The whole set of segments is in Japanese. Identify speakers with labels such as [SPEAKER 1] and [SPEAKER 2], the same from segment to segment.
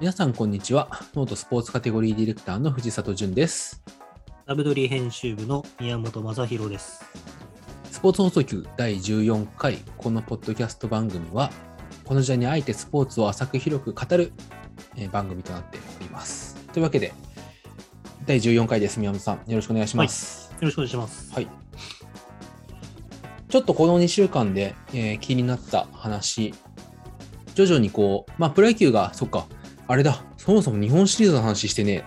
[SPEAKER 1] 皆さん、こんにちは。ノートスポーツカテゴリーディレクターの藤里淳です。
[SPEAKER 2] ラブドリ編集部の宮本正宏です。
[SPEAKER 1] スポーツ放送局第14回、このポッドキャスト番組は、この時代にあえてスポーツを浅く広く語るえー番組となっております。というわけで、第14回です。宮本さん、よろしくお願いします。
[SPEAKER 2] よろしくお願いします。
[SPEAKER 1] はい。ちょっとこの2週間で、えー気になった話、徐々にこう、まあ、プロ野球が、そっか、あれだ、そもそも日本シリーズの話してねえ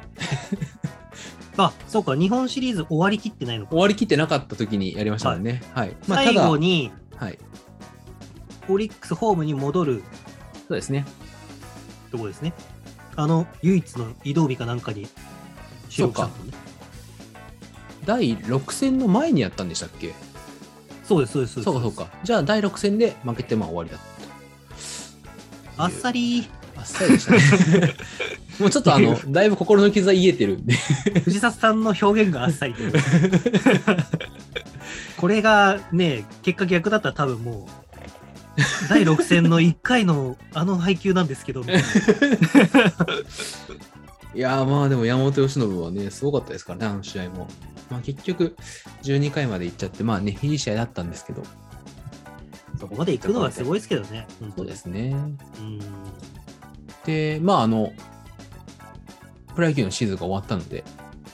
[SPEAKER 2] あ、そうか、日本シリーズ終わりきってないのか。
[SPEAKER 1] 終わりきってなかった時にやりましたもんね。はい。まあ、た
[SPEAKER 2] 最
[SPEAKER 1] だ、
[SPEAKER 2] 後
[SPEAKER 1] は
[SPEAKER 2] に
[SPEAKER 1] い。
[SPEAKER 2] オリックスホームに戻る
[SPEAKER 1] そうですね。
[SPEAKER 2] とこですね。あの、唯一の移動日かなんかに収録したのね。
[SPEAKER 1] 第6戦の前にやったんでしたっけ
[SPEAKER 2] そうです、そうです。
[SPEAKER 1] そうかそうか。じゃあ、第6戦で負けて、まあ終わりだ
[SPEAKER 2] あっさり、
[SPEAKER 1] あっさりでしたね。 もうちょっとあの、だいぶ心の傷は癒えてるんで。
[SPEAKER 2] 藤里さんの表現があっさりというこれがね、結果逆だったら多分もう、第6戦の1回のあの配球なんですけど、みたいない
[SPEAKER 1] やーまあでも山本由伸はね、すごかったですからね、あの試合も。まあ結局、12回まで行っちゃって、まあね、いい試合だったんですけど。
[SPEAKER 2] そこまで行くのはすごいですけどね。
[SPEAKER 1] そうですね。
[SPEAKER 2] うん。
[SPEAKER 1] で、まああの、プロ野球のシーズンが終わったので、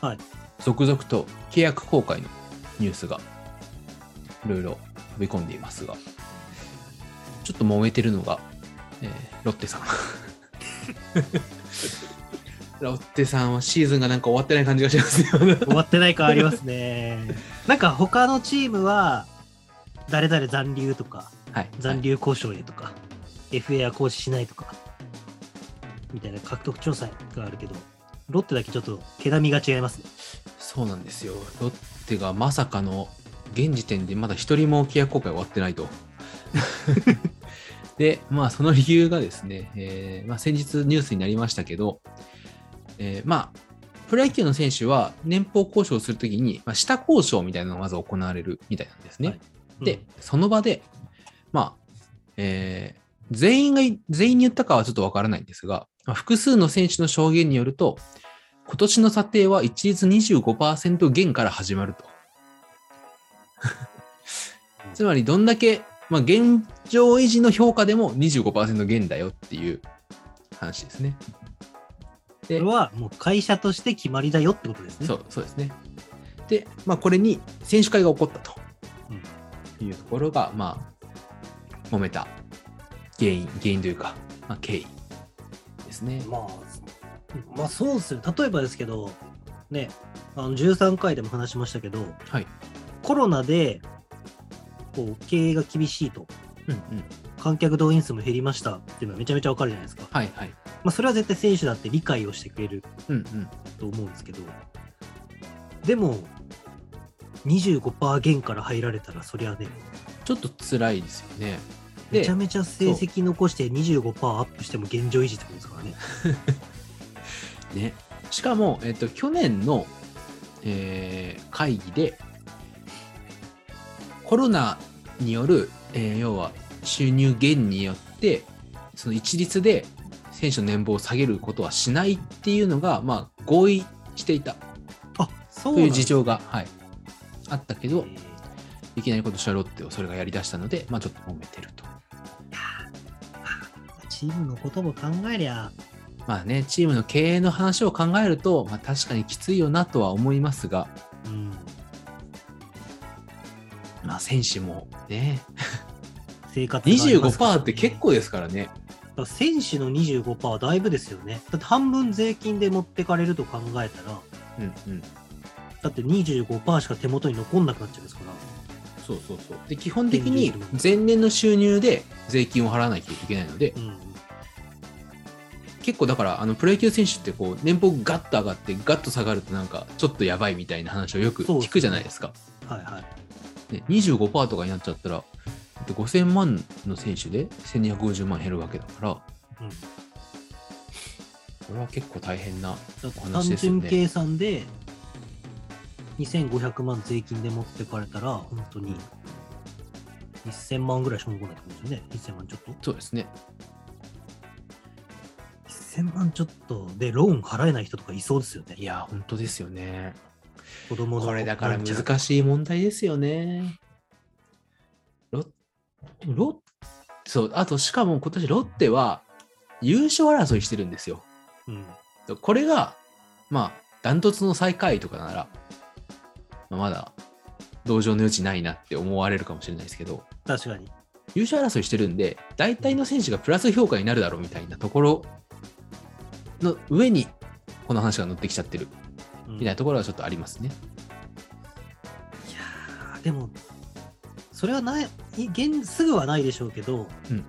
[SPEAKER 2] はい
[SPEAKER 1] 続々と契約更改のニュースがいろいろ飛び込んでいますが、ちょっと揉めてるのが、えーロッテさ ん。ロッテさんはシーズンがなんか終わってない感じがします よ。
[SPEAKER 2] 終わってない感ありますね。 なんか他のチームは、誰々残留とか、
[SPEAKER 1] はい、
[SPEAKER 2] 残留交渉へとか、FA は行使しないとか、みたいな獲得調査があるけど、ロッテだけちょっと毛並みが違いますね。
[SPEAKER 1] そうなんですよ。ロッテがまさかの現時点でまだ一人も契約更改終わってないと。で、まあその理由がですね、えーまあ、先日ニュースになりましたけど、えーまあプロ野球の選手は年俸交渉をするときに、まあ、下交渉みたいなのがまず行われるみたいなんですね。
[SPEAKER 2] はいうん
[SPEAKER 1] で、その場で、まあ、えー全員が、全員に言ったかはちょっとわからないんですが、まあ複数の選手の証言によると、今年の査定は一律25%減から始まると。つまり、どんだけ、まあ、現状維持の評価でも25%減だよっていう話ですね。
[SPEAKER 2] これはもう会社として決まりだよってことですね。
[SPEAKER 1] そうそうですね。で、まあ、これに選手会が起こったと、いうところが、まあ、揉めた原因、原因というか、まあ、経緯ですね。
[SPEAKER 2] まあ、まあそうですよ。例えばですけど、ね、あの13回でも話しましたけど、
[SPEAKER 1] はい。
[SPEAKER 2] コロナでこう経営が厳しいと、
[SPEAKER 1] うんうん。
[SPEAKER 2] 観客動員数も減りましたっていうのはめちゃめちゃわかるじゃないですか。
[SPEAKER 1] はいはい。
[SPEAKER 2] まあ、それは絶対選手だって理解をしてくれる
[SPEAKER 1] うんうん。
[SPEAKER 2] と思うんですけど、でも、25%減から入られたら、そりゃね、
[SPEAKER 1] ちょっと辛いですよね。
[SPEAKER 2] めち
[SPEAKER 1] で
[SPEAKER 2] ゃ、めちゃ成績残して25%アップしても現状維持ってことですからね。
[SPEAKER 1] ね、しかも、えっと、去年の、えー会議で、コロナによる、えー要は収入減によって、その一律で選手の年俸を下げることはしないっていうのが、まあ、合意していた
[SPEAKER 2] あそう
[SPEAKER 1] と
[SPEAKER 2] ないん
[SPEAKER 1] う
[SPEAKER 2] だ
[SPEAKER 1] 事情が、はい、あったけど、
[SPEAKER 2] えー
[SPEAKER 1] いきなり今年はロッテをそれがやりだしたので、まあ、ちょっと揉めてると。
[SPEAKER 2] チームのことも考えりゃ、
[SPEAKER 1] まあね、チームの経営の話を考えると、まあ、確かにきついよなとは思いますが、
[SPEAKER 2] うん、
[SPEAKER 1] まあ、選手もね、
[SPEAKER 2] 生活がありますから
[SPEAKER 1] 25%って結構ですからね。
[SPEAKER 2] だから選手の25%はだいぶですよね。だって半分税金で持ってかれると考えたら、
[SPEAKER 1] うんうん。
[SPEAKER 2] だって25%しか手元に残んなくなっちゃいますから。
[SPEAKER 1] そうそうそう。で、基本的に前年の収入で税金を払わなきゃいけないので
[SPEAKER 2] う、ん、
[SPEAKER 1] 結構だから、あの、プロ野球選手ってこう、年俸ガッと上がって、ガッと下がるとなんか、ちょっとやばいみたいな話をよく
[SPEAKER 2] そうですね
[SPEAKER 1] 聞くじゃないですか。
[SPEAKER 2] はいはい。
[SPEAKER 1] ね、25%とかになっちゃったら、だって5000万の選手で1250万減るわけだから、
[SPEAKER 2] うん
[SPEAKER 1] これは結構大変な
[SPEAKER 2] だって
[SPEAKER 1] お
[SPEAKER 2] 単
[SPEAKER 1] 話ですよ
[SPEAKER 2] 純
[SPEAKER 1] ね
[SPEAKER 2] 計算で2500万税金で持ってかれたら本当に1000万ぐらいしか残らないってことですよね1000万ちょっと
[SPEAKER 1] そうですね。
[SPEAKER 2] 1000万ちょっとでローン払えない人とかいそうですよね
[SPEAKER 1] い。や、本当ですよね。
[SPEAKER 2] 子供の
[SPEAKER 1] これだから
[SPEAKER 2] なんちゃら
[SPEAKER 1] 難しい問題ですよね。ロッ、ロッ、そう、あとしかも今年ロッテは優勝争いしてるんですよ。
[SPEAKER 2] うん
[SPEAKER 1] これが、まあ、ダントツの最下位とかなら、まあまだ同情の余地ないなって思われるかもしれないですけど、
[SPEAKER 2] 確かに。
[SPEAKER 1] 優勝争いしてるんで、大体の選手がプラス評価になるだろうみたいなところの上に、この話が乗ってきちゃってる
[SPEAKER 2] うん
[SPEAKER 1] みたいなところはちょっとありますね。
[SPEAKER 2] いやーでもそれはない現すぐはないでしょうけど
[SPEAKER 1] うんうん。い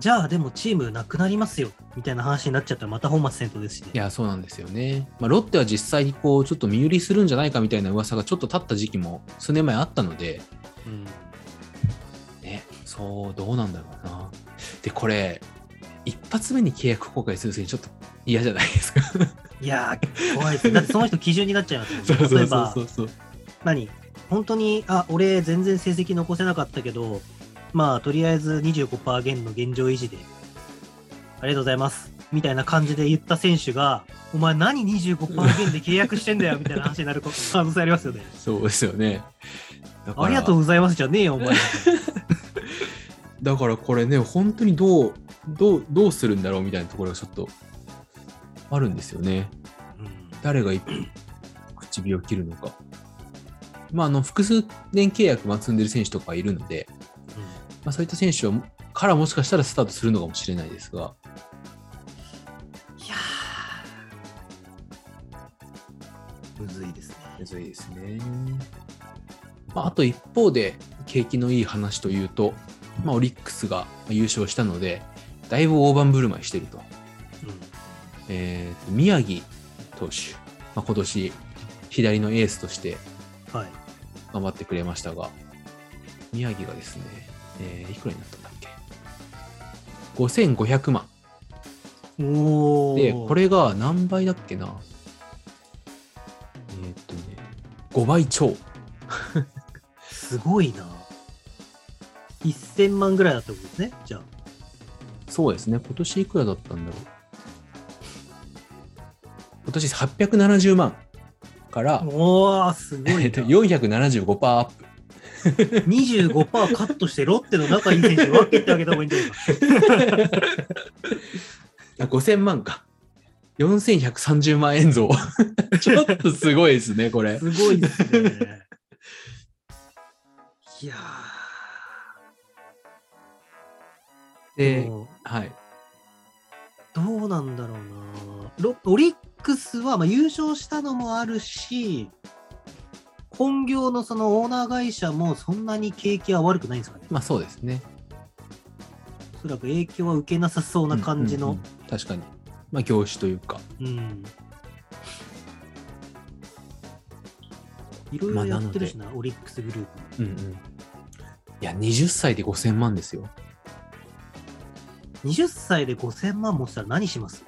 [SPEAKER 2] じゃあでもチームなくなりますよみたいな話になっちゃったらまた本末転倒ですしね。
[SPEAKER 1] や、そうなんですよね。まあ、ロッテは実際にこう、ちょっと身売りするんじゃないかみたいな噂がちょっと立った時期も数年前あったので、
[SPEAKER 2] うん
[SPEAKER 1] ね、そう、どうなんだろうな。で、これ、一発目に契約更改するときにちょっと嫌じゃないですか。
[SPEAKER 2] いやー怖いですねだってその人基準になっちゃいますもんね例えば
[SPEAKER 1] うそう。
[SPEAKER 2] 何本当にあ俺全然成績残せなかったけどまあとりあえず25%減の現状維持でありがとうございますみたいな感じで言った選手がお前何25%減で契約してんだよみたいな話になること可能性あります よね。
[SPEAKER 1] そうですよね。だから
[SPEAKER 2] ありがとうございますじゃねえよ お前。
[SPEAKER 1] だからこれね、本当にどう、どう、どうするんだろうみたいなところがちょっとあるんですよね。
[SPEAKER 2] うん
[SPEAKER 1] 誰がい 唇を切るのか。まあ、あの、複数年契約まあ積んでる選手とかいるので、まあ、そういった選手はからもしかしたらスタートするのかもしれないですが、
[SPEAKER 2] いやーむずいですね。
[SPEAKER 1] むずいですね。まあ、あと一方で、景気のいい話というと、まあ、オリックスが優勝したので、だいぶ大盤振る舞いしてると。えーと宮城投手、まあ、今年、左のエースとして
[SPEAKER 2] うん、はい。
[SPEAKER 1] 頑張ってくれましたが、宮城がですね、えーいくらになったんだっけ ?5500 万。
[SPEAKER 2] お
[SPEAKER 1] で、これが何倍だっけなえーっとね、5倍超。
[SPEAKER 2] すごいな。1000万ぐらいだったことですね。じゃあ。
[SPEAKER 1] そうですね、今年いくらだったんだろう。今年870万から、
[SPEAKER 2] おー、すごい
[SPEAKER 1] えっ。
[SPEAKER 2] な
[SPEAKER 1] と、475%アップ。
[SPEAKER 2] 25%カットしてロッテの仲いい選手分けてあげた方がいいんじゃないか。
[SPEAKER 1] あ、5000万か。4130万円増。 ちょっとすごいですね、これ。
[SPEAKER 2] すごいです ね。いやー。
[SPEAKER 1] で
[SPEAKER 2] で、も
[SPEAKER 1] はい。
[SPEAKER 2] どうなんだろうなロオリックスは、まあ、優勝したのもあるし本業のそのオーナー会社もそんなに景気は悪くないんですかね
[SPEAKER 1] まあそうですね。
[SPEAKER 2] おそらく影響は受けなさそうな感じ
[SPEAKER 1] うん
[SPEAKER 2] の
[SPEAKER 1] うんうん確かに。まあ業種というか。
[SPEAKER 2] うんいろいろやってるしな、オリックスグループ
[SPEAKER 1] うんうん。いや、20歳で5000万ですよ。
[SPEAKER 2] 20歳で5000万持ってたら何します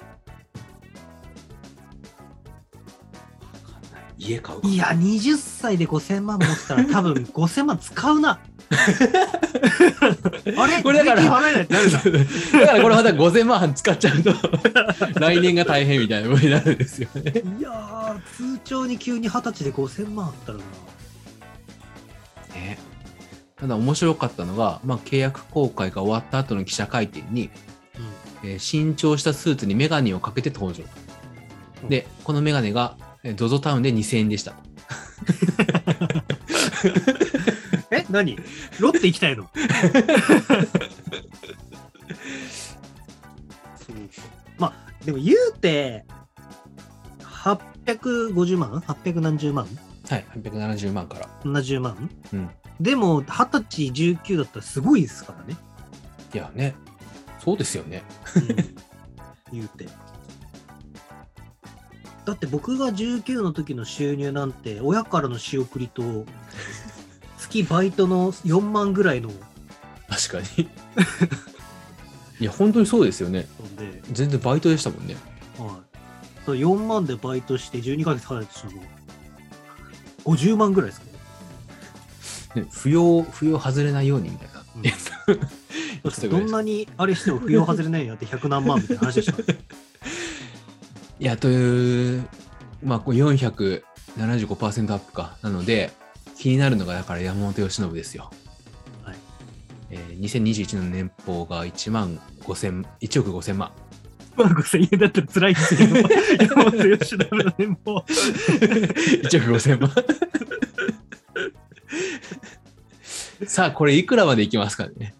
[SPEAKER 1] 家買う
[SPEAKER 2] いや20歳で5000万持ってたら多分5000万使う なあれ
[SPEAKER 1] これだから
[SPEAKER 2] 税金払えないってなる
[SPEAKER 1] だ
[SPEAKER 2] な
[SPEAKER 1] からこれまた5000万使っちゃうと 来年が大変みたいなことになるんですよね。
[SPEAKER 2] いやー、通帳に急に二十歳で5000万あったらな。
[SPEAKER 1] ねただ面白かったのが、まあ、契約更改が終わった後の記者会見に、えー新調したスーツにメガネをかけて登場。
[SPEAKER 2] うん
[SPEAKER 1] で、このメガネが、えー ZOZO タウンで2000円でした。
[SPEAKER 2] え、何ロッテ行きたいの まあ、でも言うて、850万 ?800 何十万
[SPEAKER 1] はい、870万から。
[SPEAKER 2] ?70 万
[SPEAKER 1] うん
[SPEAKER 2] でも、二十歳、19だったらすごいですからね。
[SPEAKER 1] いやね、そうですよね。
[SPEAKER 2] 言うて。だって僕が19の時の収入なんて親からの仕送りと月バイトの4万ぐらいの
[SPEAKER 1] 確かに。 いや、本当にそうですよね。
[SPEAKER 2] ので、
[SPEAKER 1] 全然バイトでしたもんね。
[SPEAKER 2] はい、そう4万でバイトして12ヶ月払ってしまう50万ぐらいですかね
[SPEAKER 1] ね不要、不要外れないようにみたいな。
[SPEAKER 2] うん
[SPEAKER 1] やつ
[SPEAKER 2] どんなにあれしても不要外れないようになって100何万みたいな話でしたから
[SPEAKER 1] いや、という、まあ、こう475%アップか。なので、気になるのが、だから山本由伸ですよ。
[SPEAKER 2] はい
[SPEAKER 1] えー、2021年の年俸が1万5000、1億5000万。
[SPEAKER 2] まあ、5000円だったら辛いですけど、 山本吉田の年俸。
[SPEAKER 1] 1億5000万。 さあ、これいくらまでいきますかね。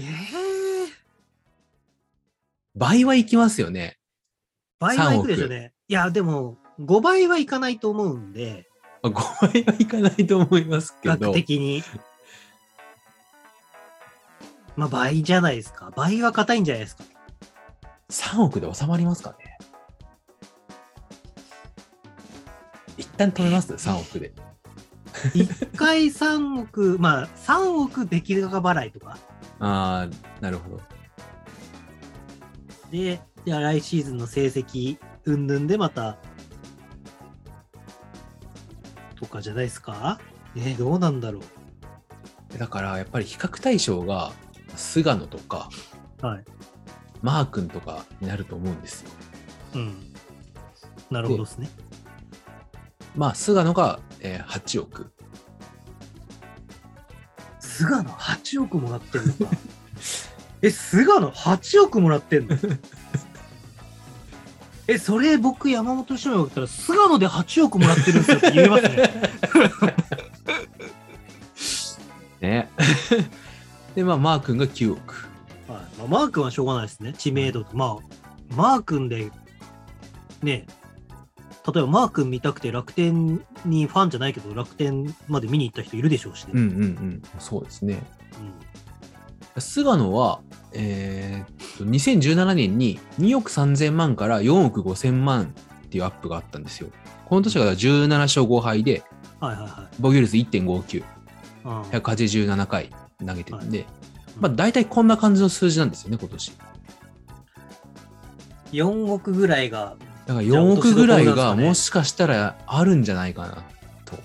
[SPEAKER 2] え
[SPEAKER 1] 倍はいきますよね。
[SPEAKER 2] 倍はいくでしょうね。いや、でも、5倍はいかないと思うんで、
[SPEAKER 1] まあ、5倍はいかないと思いますけ
[SPEAKER 2] 額
[SPEAKER 1] ど。
[SPEAKER 2] 的に。 まあ、倍じゃないですか。倍は硬いんじゃないですか。
[SPEAKER 1] 3億で収まりますかね一旦止めます ?3 億で。
[SPEAKER 2] 1回3億、 まあ、3億できるのが払いとか。
[SPEAKER 1] ああ、なるほど。
[SPEAKER 2] で、じゃあ来シーズンの成績、うんぬんでまた、とかじゃないですかえーどうなんだろ
[SPEAKER 1] だからやっぱり比較対象が菅野とか
[SPEAKER 2] う。はい。
[SPEAKER 1] マー君とかになると思うんですよ。
[SPEAKER 2] うん。なるほどですね。
[SPEAKER 1] まあ菅野が、えー8億。
[SPEAKER 2] 菅野8億もらってんのか。 え、菅野8億もらってんのえ、それ僕山本翔也だったら菅野で8億もらってるんですよって言えます ね。
[SPEAKER 1] ね。 で、まあマー君が9億。
[SPEAKER 2] はいまあ、マー君はしょうがないですね。知名度と。まあ、マー君で、ねえ、例えばマー君見たくて楽天にファンじゃないけど、楽天まで見に行った人いるでしょうしね。
[SPEAKER 1] うんうんうん。そうですね。
[SPEAKER 2] うん
[SPEAKER 1] 菅野は、えーっと、2017年に2億3000万から4億5000万っていうアップがあったんですよ。この年が17勝5敗で、
[SPEAKER 2] はいはいはい
[SPEAKER 1] 防御率1.59、
[SPEAKER 2] うん。
[SPEAKER 1] 187回投げてるんで、まあ大体こんな感じの数字なんですよね、今年。
[SPEAKER 2] 4億ぐらいが、
[SPEAKER 1] だから4億ぐらい
[SPEAKER 2] じゃあ今年のどうなんです
[SPEAKER 1] が
[SPEAKER 2] かね
[SPEAKER 1] もしかしたらあるんじゃないかなと。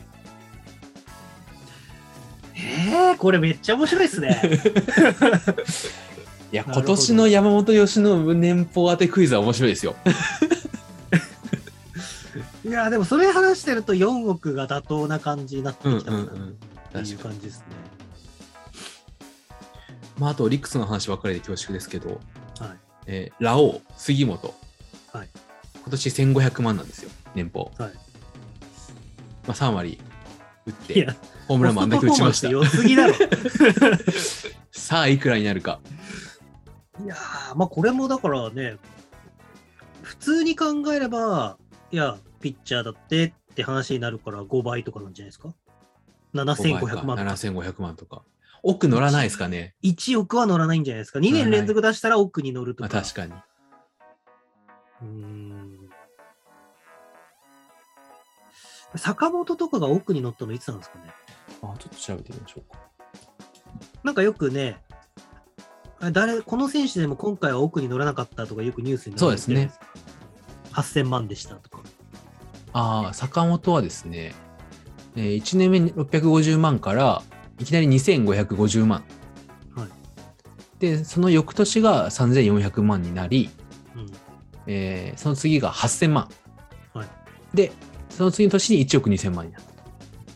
[SPEAKER 2] えー、これめっちゃ面白いですね。
[SPEAKER 1] いや、
[SPEAKER 2] な
[SPEAKER 1] 今
[SPEAKER 2] るほど
[SPEAKER 1] 年の山本由伸年俸当てクイズは面白いですよ。
[SPEAKER 2] いや、でもそれ話してると4億が妥当な感じになってきたかな
[SPEAKER 1] うんうんうん
[SPEAKER 2] って いう感じですね。
[SPEAKER 1] まああと、オリックスの話ばっかりで恐縮ですけど、
[SPEAKER 2] はい。
[SPEAKER 1] えーラオウ、杉本、
[SPEAKER 2] はい
[SPEAKER 1] 今年1500万なんですよ、年俸。
[SPEAKER 2] はい
[SPEAKER 1] まあ、3割打っ
[SPEAKER 2] い
[SPEAKER 1] て、
[SPEAKER 2] や、
[SPEAKER 1] ホームランもあんだけ打ちました。
[SPEAKER 2] コストパフォーマンス良すぎだろ。
[SPEAKER 1] さあ、いくらになるか。
[SPEAKER 2] いやー、まあこれもだからね、普通に考えれば、いや、ピッチャーだってって話になるから5倍とかなんじゃないですか ?7500 万とか。
[SPEAKER 1] 7500万とか。奥乗らないですかね、
[SPEAKER 2] 1億は乗らないんじゃないですか ?2 年連続出したら奥に乗ると
[SPEAKER 1] まあ、
[SPEAKER 2] か。
[SPEAKER 1] 確かに。
[SPEAKER 2] うーん坂本とかが奥に乗ったのいつなんですかね
[SPEAKER 1] あちょっと調べてみましょうか。
[SPEAKER 2] なんかよくね、あ誰、この選手でも今回は奥に乗らなかったとかよくニュースになる
[SPEAKER 1] そうですね。
[SPEAKER 2] 8000万でしたとか。
[SPEAKER 1] ああ、坂本はですね、え1年目に650万から、いきなり2550万。
[SPEAKER 2] はい
[SPEAKER 1] で、その翌年が3400万になり、
[SPEAKER 2] うん
[SPEAKER 1] えーその次が8000万。
[SPEAKER 2] はい
[SPEAKER 1] で、その次の年に1億2000万になっ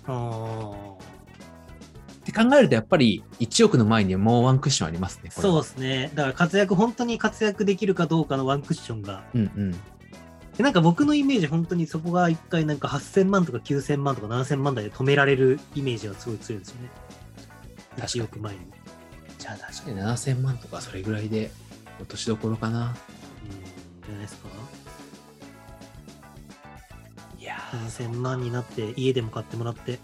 [SPEAKER 1] た。
[SPEAKER 2] ああ。
[SPEAKER 1] って考えると、やっぱり1億の前にもうワンクッションありますね、これ
[SPEAKER 2] そう
[SPEAKER 1] は。
[SPEAKER 2] ですね。だから活躍、本当に活躍できるかどうかのワンクッションが。
[SPEAKER 1] うんうん。
[SPEAKER 2] でなんか僕のイメージ、本当にそこが一回なんか8000万とか9000万とか7000万台で止められるイメージがすごい強いですよね。
[SPEAKER 1] かに
[SPEAKER 2] 1億前に。うん
[SPEAKER 1] じゃあ確かに7000万とかそれぐらいで落としどころかな。
[SPEAKER 2] じゃないですか
[SPEAKER 1] いや
[SPEAKER 2] 7000万になって家でも買ってもらって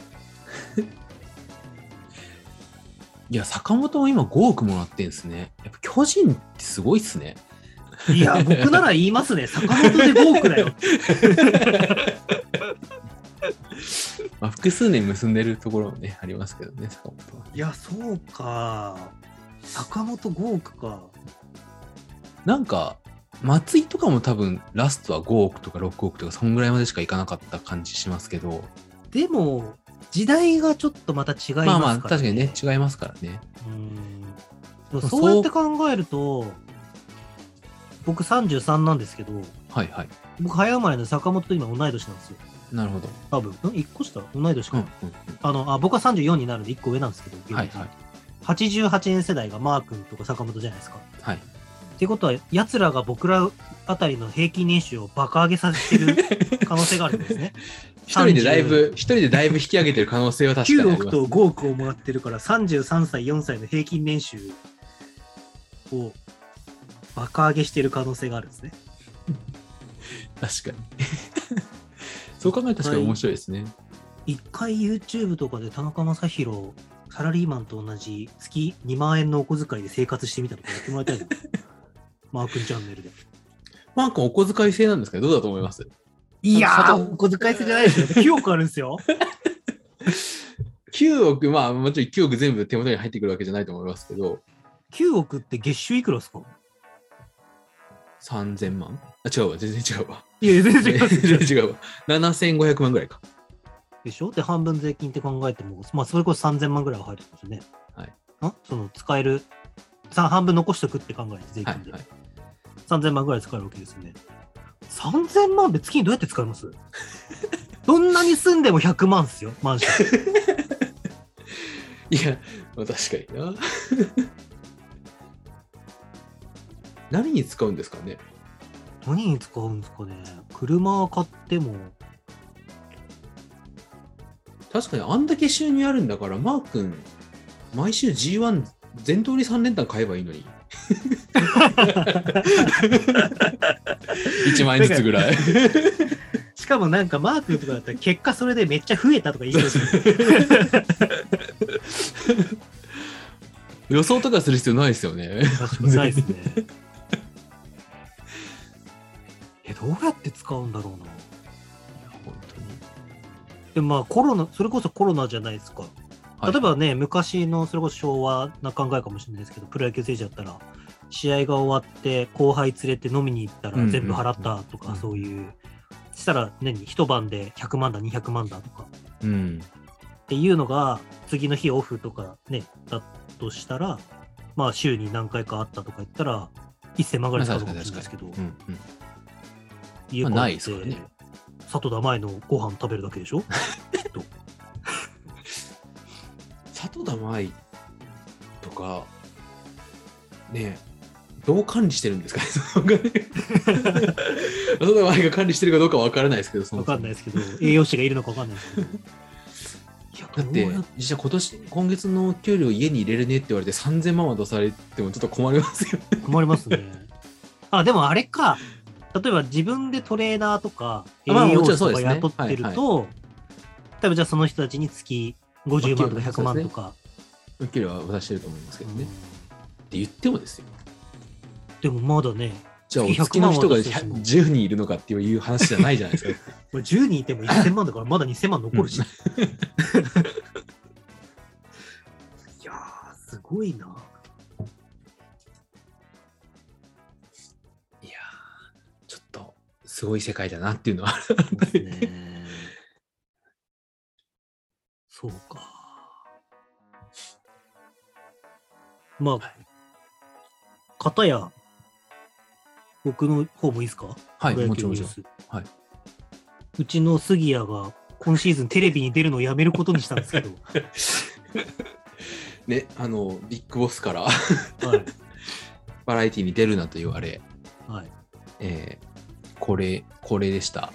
[SPEAKER 1] いや、坂本も今5億もらってんですね。やっぱ巨人ってすごいっすね。
[SPEAKER 2] いや僕なら言いますね坂本で5億だよ
[SPEAKER 1] まあ、複数年結んでるところもね、ありますけどね、坂本は。
[SPEAKER 2] いやそうか坂本5億か
[SPEAKER 1] なんか、松井とかも多分ラストは5億とか6億とか、そんぐらいまでしかいかなかった感じしますけど、
[SPEAKER 2] でも時代がちょっとまた違いますから、
[SPEAKER 1] まあまあ、確かにね、違いますからね。
[SPEAKER 2] うんでも
[SPEAKER 1] そう
[SPEAKER 2] そうやって考えると僕33なんですけど、
[SPEAKER 1] はいはい。
[SPEAKER 2] 僕早生まれの坂本と今同い年なんですよ。
[SPEAKER 1] なるほど。
[SPEAKER 2] 多分。ん ?1 個下同い年か
[SPEAKER 1] うん
[SPEAKER 2] な、
[SPEAKER 1] うんうん
[SPEAKER 2] あのあ、僕は34になるんで1個上なんですけど、現
[SPEAKER 1] はい
[SPEAKER 2] 実
[SPEAKER 1] はい。
[SPEAKER 2] 88年世代がマー君とか坂本じゃないですか。っ
[SPEAKER 1] はい。
[SPEAKER 2] ていうことは、奴らが僕らあたりの平均年収を爆上げさせてる可能性があるんですね。
[SPEAKER 1] 一人でだいぶ、一人でだいぶ引き上げてる可能性は確かに
[SPEAKER 2] 9
[SPEAKER 1] あり
[SPEAKER 2] 億
[SPEAKER 1] ま
[SPEAKER 2] と
[SPEAKER 1] す。
[SPEAKER 2] 5億をもらってるから、33歳、4歳の平均年収を爆上げしてる可能性があるんですね。
[SPEAKER 1] 確かに。 そう考えたら確かに面白いですね。
[SPEAKER 2] 一回 YouTube とかで田中将大、サラリーマンと同じ月2万円のお小遣いで生活してみたとかやってもらいたい な。マー君チャンネルで。
[SPEAKER 1] マー君お小遣い制なんですかねどうだと思います
[SPEAKER 2] い
[SPEAKER 1] やー
[SPEAKER 2] お小遣い制じゃないですよ。9億あるんですよ。
[SPEAKER 1] ?9 億、まあもちろん9億全部手元に入ってくるわけじゃないと思いますけど、
[SPEAKER 2] 9億って月収いくらですか
[SPEAKER 1] 3000万あ、違うわ、全然違う わ。
[SPEAKER 2] いや、全然
[SPEAKER 1] 全
[SPEAKER 2] 違いますよ
[SPEAKER 1] 然違うわ。7500万ぐらいか。
[SPEAKER 2] でしょで、半分税金って考えても、まあ、それこそ3000万ぐらいは入るんですよね。
[SPEAKER 1] はい
[SPEAKER 2] ん。その、使える、さ半分残しとくって考えて、税
[SPEAKER 1] は
[SPEAKER 2] 金で。
[SPEAKER 1] いはい。
[SPEAKER 2] 3000万ぐらい使えるわけですよね。3000万って月にどうやって使います どんなに住んでも100万っすよ、マンション。
[SPEAKER 1] いや、まあ、確かにな。 何に使うんですかね
[SPEAKER 2] 何に使うんですかね。車買っても、
[SPEAKER 1] 確かにあんだけ収入あるんだから、マー君、毎週 G1 全通り3連単買えばいいの に。1万円ずつぐらい。
[SPEAKER 2] しかもなんかマークとかだったら、結果それでめっちゃ増えたとか言いそうですよね
[SPEAKER 1] 予想とかする必要ないですよね。
[SPEAKER 2] 確かにない ですね。え、どうやって使うんだろうな。
[SPEAKER 1] 本当に
[SPEAKER 2] でもまあコロナ、それこそコロナじゃないですか。
[SPEAKER 1] はい
[SPEAKER 2] 例えばね、昔のそれこそ昭和な考えかもしれないですけど、プロ野球選手だったら、試合が終わって後輩連れて飲みに行った
[SPEAKER 1] うん
[SPEAKER 2] ら
[SPEAKER 1] うん
[SPEAKER 2] 全部払ったと
[SPEAKER 1] う
[SPEAKER 2] か、
[SPEAKER 1] ん
[SPEAKER 2] そういう。したら何一晩で100万だ、200万だとか
[SPEAKER 1] うん。
[SPEAKER 2] っていうのが、次の日オフとかね、だとしたら、まあ週に何回かあったとか言ったら、1000万ぐらい使うのかもしれないですけど。
[SPEAKER 1] うんうん
[SPEAKER 2] 家
[SPEAKER 1] まあな
[SPEAKER 2] 買
[SPEAKER 1] い
[SPEAKER 2] っ
[SPEAKER 1] です
[SPEAKER 2] て、
[SPEAKER 1] からね
[SPEAKER 2] 佐藤田前のご飯食べるだけでしょきっと
[SPEAKER 1] 佐藤田舞とか、ねえどう管理してるんですかね、そ のお金佐藤田舞が管理してるかどうかわからないですけど、そ
[SPEAKER 2] わ
[SPEAKER 1] もそ
[SPEAKER 2] か
[SPEAKER 1] も
[SPEAKER 2] んないですけど栄養士がいるのかわかんないです
[SPEAKER 1] だ
[SPEAKER 2] けど
[SPEAKER 1] って
[SPEAKER 2] いやどうや、
[SPEAKER 1] 実際今年、今月の給料家に入れるねって言われて3000万は出されてもちょっと困りますよね。
[SPEAKER 2] 困りますねあでもあれか例えば自分でトレーナーとか栄
[SPEAKER 1] あまあ
[SPEAKER 2] 養
[SPEAKER 1] もちろん
[SPEAKER 2] 士
[SPEAKER 1] そう
[SPEAKER 2] と
[SPEAKER 1] で
[SPEAKER 2] か
[SPEAKER 1] すね
[SPEAKER 2] 雇ってると、例えばじゃあその人たちに月50万とか100万とか、
[SPEAKER 1] 給料は渡してると思いますけどね。っ
[SPEAKER 2] うん
[SPEAKER 1] て言ってもですよ。
[SPEAKER 2] でもまだね
[SPEAKER 1] じゃあ、お
[SPEAKER 2] 月
[SPEAKER 1] 月の人が
[SPEAKER 2] 100万は渡
[SPEAKER 1] 10人いるのかっていう話じゃないじゃないです か。
[SPEAKER 2] これ10人いても1000万 だからまだ2000万残るし。
[SPEAKER 1] う
[SPEAKER 2] いやー、すごいな。
[SPEAKER 1] いやー、ちょっと、すごい世界だなっていうのは。
[SPEAKER 2] ですね。 そうか。ま
[SPEAKER 1] は
[SPEAKER 2] あ、片や、僕の方もいいですか
[SPEAKER 1] はい、
[SPEAKER 2] プロ
[SPEAKER 1] も
[SPEAKER 2] 野
[SPEAKER 1] ち
[SPEAKER 2] 球
[SPEAKER 1] ろん、
[SPEAKER 2] ニ
[SPEAKER 1] も
[SPEAKER 2] ュ
[SPEAKER 1] ち
[SPEAKER 2] ー
[SPEAKER 1] ろん。
[SPEAKER 2] ス
[SPEAKER 1] はい。
[SPEAKER 2] うちの杉谷が今シーズンテレビに出るのをやめることにしたんです けど、
[SPEAKER 1] ね、あの、ビッグボスから
[SPEAKER 2] はい。
[SPEAKER 1] バラエティに出るなと言われ、
[SPEAKER 2] はい。
[SPEAKER 1] えーこれ、これでした。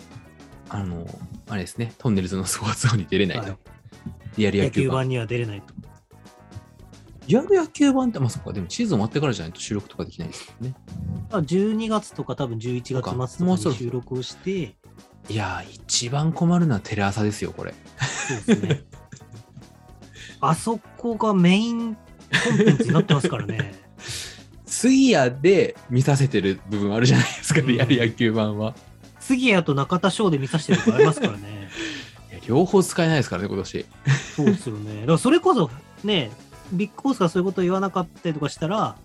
[SPEAKER 1] あの、あれですね、トンネルズのスポーツ王に出れないと。
[SPEAKER 2] はい
[SPEAKER 1] リアル野
[SPEAKER 2] 野
[SPEAKER 1] 球
[SPEAKER 2] 球
[SPEAKER 1] 版。
[SPEAKER 2] 版には出れないと。
[SPEAKER 1] リアル野球版って、まあそっか、でもシーズン終わってからじゃないと収録とかできないですよね。
[SPEAKER 2] まあ、12月とか多分11
[SPEAKER 1] そうか
[SPEAKER 2] 月末
[SPEAKER 1] も
[SPEAKER 2] と
[SPEAKER 1] うそろ
[SPEAKER 2] かに
[SPEAKER 1] そろ
[SPEAKER 2] 収録をして、
[SPEAKER 1] いやー、一番困るのはテレ朝ですよ、これ。
[SPEAKER 2] そうですね。あそこがメインコンテンツになってますから ね。
[SPEAKER 1] 杉谷で見させてる部分あるじゃないですか、
[SPEAKER 2] うん
[SPEAKER 1] リアル野球版は。
[SPEAKER 2] 杉谷と中田翔で見させてるとこありますからね。
[SPEAKER 1] いや両方使えないですからね、今年。
[SPEAKER 2] そうですよね。だからそれこそね、ビッグボスがそういうことを言わなかったりとかしたら、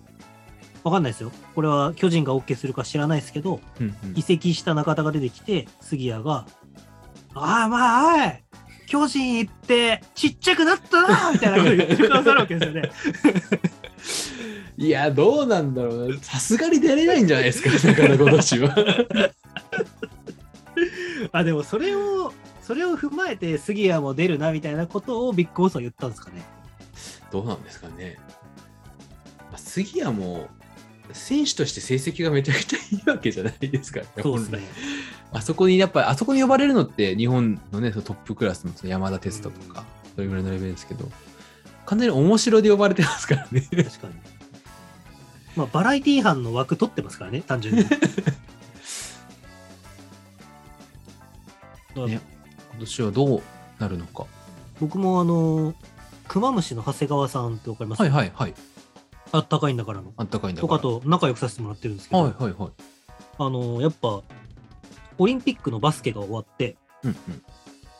[SPEAKER 2] わかんないですよ。これは巨人が OK するか知らないですけど、
[SPEAKER 1] うん
[SPEAKER 2] 移籍した中田が出てきて、杉谷が、ああ、まあ、おい、巨人行って、ちっちゃくなったなみたいなこと言ってくださるわけですよね。
[SPEAKER 1] いや、どうなんだろうな。さすがに出れないんじゃないですか、 だから今年は。
[SPEAKER 2] あ、でもそれを、それを踏まえて杉谷も出るなみたいなことをビッグボスは言ったんですかね。
[SPEAKER 1] どうなんですかね。まあ杉谷も、選手として成績がめちゃくちゃいいわけじゃないですからね、
[SPEAKER 2] そうです
[SPEAKER 1] 本来
[SPEAKER 2] ね。
[SPEAKER 1] あそこにやっぱり、あそこに呼ばれるのって、日本のね、そのトップクラスのその山田哲人とか、それぐらいのレベルですけど、完全に面白で呼ばれてますから ね。
[SPEAKER 2] 確かに。まあ、バラエティー班の枠取ってますから ね、単純に。
[SPEAKER 1] ね今年はどうなるのか。
[SPEAKER 2] 僕もあの、クマムシの長谷川さんってわかります、
[SPEAKER 1] はいはいはい。
[SPEAKER 2] あったかいんだからの。
[SPEAKER 1] あったかいんだ
[SPEAKER 2] と
[SPEAKER 1] から。
[SPEAKER 2] かと仲良くさせてもらってるんですけど、
[SPEAKER 1] はいはいはい。
[SPEAKER 2] あの、やっぱ、オリンピックのバスケが終わって、
[SPEAKER 1] うん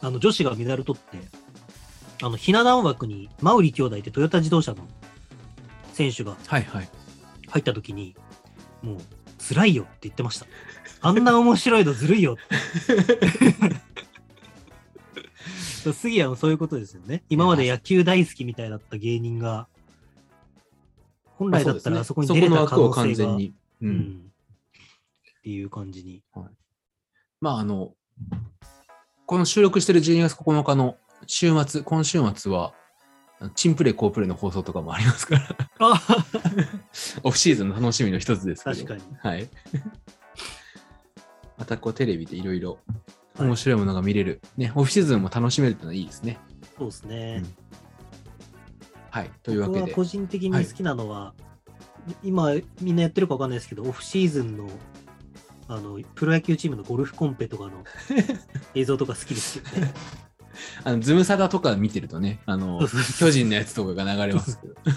[SPEAKER 2] あの、女子がメダル取って、あの、ひな壇枠に、マウリ兄弟ってトヨタ自動車の選手が
[SPEAKER 1] はいはい。
[SPEAKER 2] 入った時に、もう、辛いよって言ってました。あんな面白いのずるいよって。 杉谷もそういうことですよね。今まで野球大好きみたいだった芸人が、本来だったらあそこに出れた可能
[SPEAKER 1] そこの枠を完
[SPEAKER 2] 性が
[SPEAKER 1] 全。に。う。
[SPEAKER 2] うんんっていう感じに。
[SPEAKER 1] まああの、この収録してる12月9日の週末、今週末は、チンプレイ、コープレイの放送とかもありますから、
[SPEAKER 2] あ
[SPEAKER 1] オフシーズンの楽しみの一つですけど。
[SPEAKER 2] 確かに。
[SPEAKER 1] はい。 またこうテレビでいろいろ
[SPEAKER 2] はい
[SPEAKER 1] 面白いものが見れる、ね、オフシーズンも楽しめるっていうのはいいですね。
[SPEAKER 2] そうですね。
[SPEAKER 1] はい。というわ
[SPEAKER 2] 僕
[SPEAKER 1] け
[SPEAKER 2] は
[SPEAKER 1] で、
[SPEAKER 2] 個人的に好きなのは、今みんなやってるかわかんないですけどオフシーズンのあのプロ野球チームのゴルフコンペとか の映像とか好きですよね。
[SPEAKER 1] あのズムサタとか見てるとね、あの
[SPEAKER 2] そう、そうそう
[SPEAKER 1] 巨人のやつとかが流れますけど。確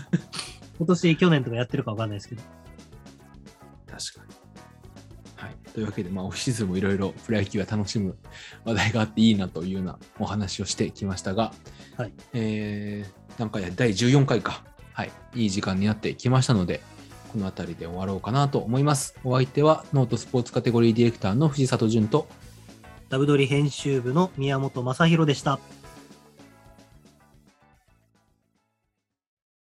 [SPEAKER 2] 今年去年とかやってるかわかんないですけど
[SPEAKER 1] かに。はい。というわけで、まあ、オフシーズンもいろいろプロ野球は楽しむ話題があっていいなというようなお話をしてきましたが、
[SPEAKER 2] はい。
[SPEAKER 1] えー、なんかや、第14回か。はい。いい時間になってきましたので、この辺りで終わろうかなと思います。お相手は、ノートスポーツカテゴリーディレクターの藤里淳と、
[SPEAKER 2] ダブドリ編集部の宮本正宏でした。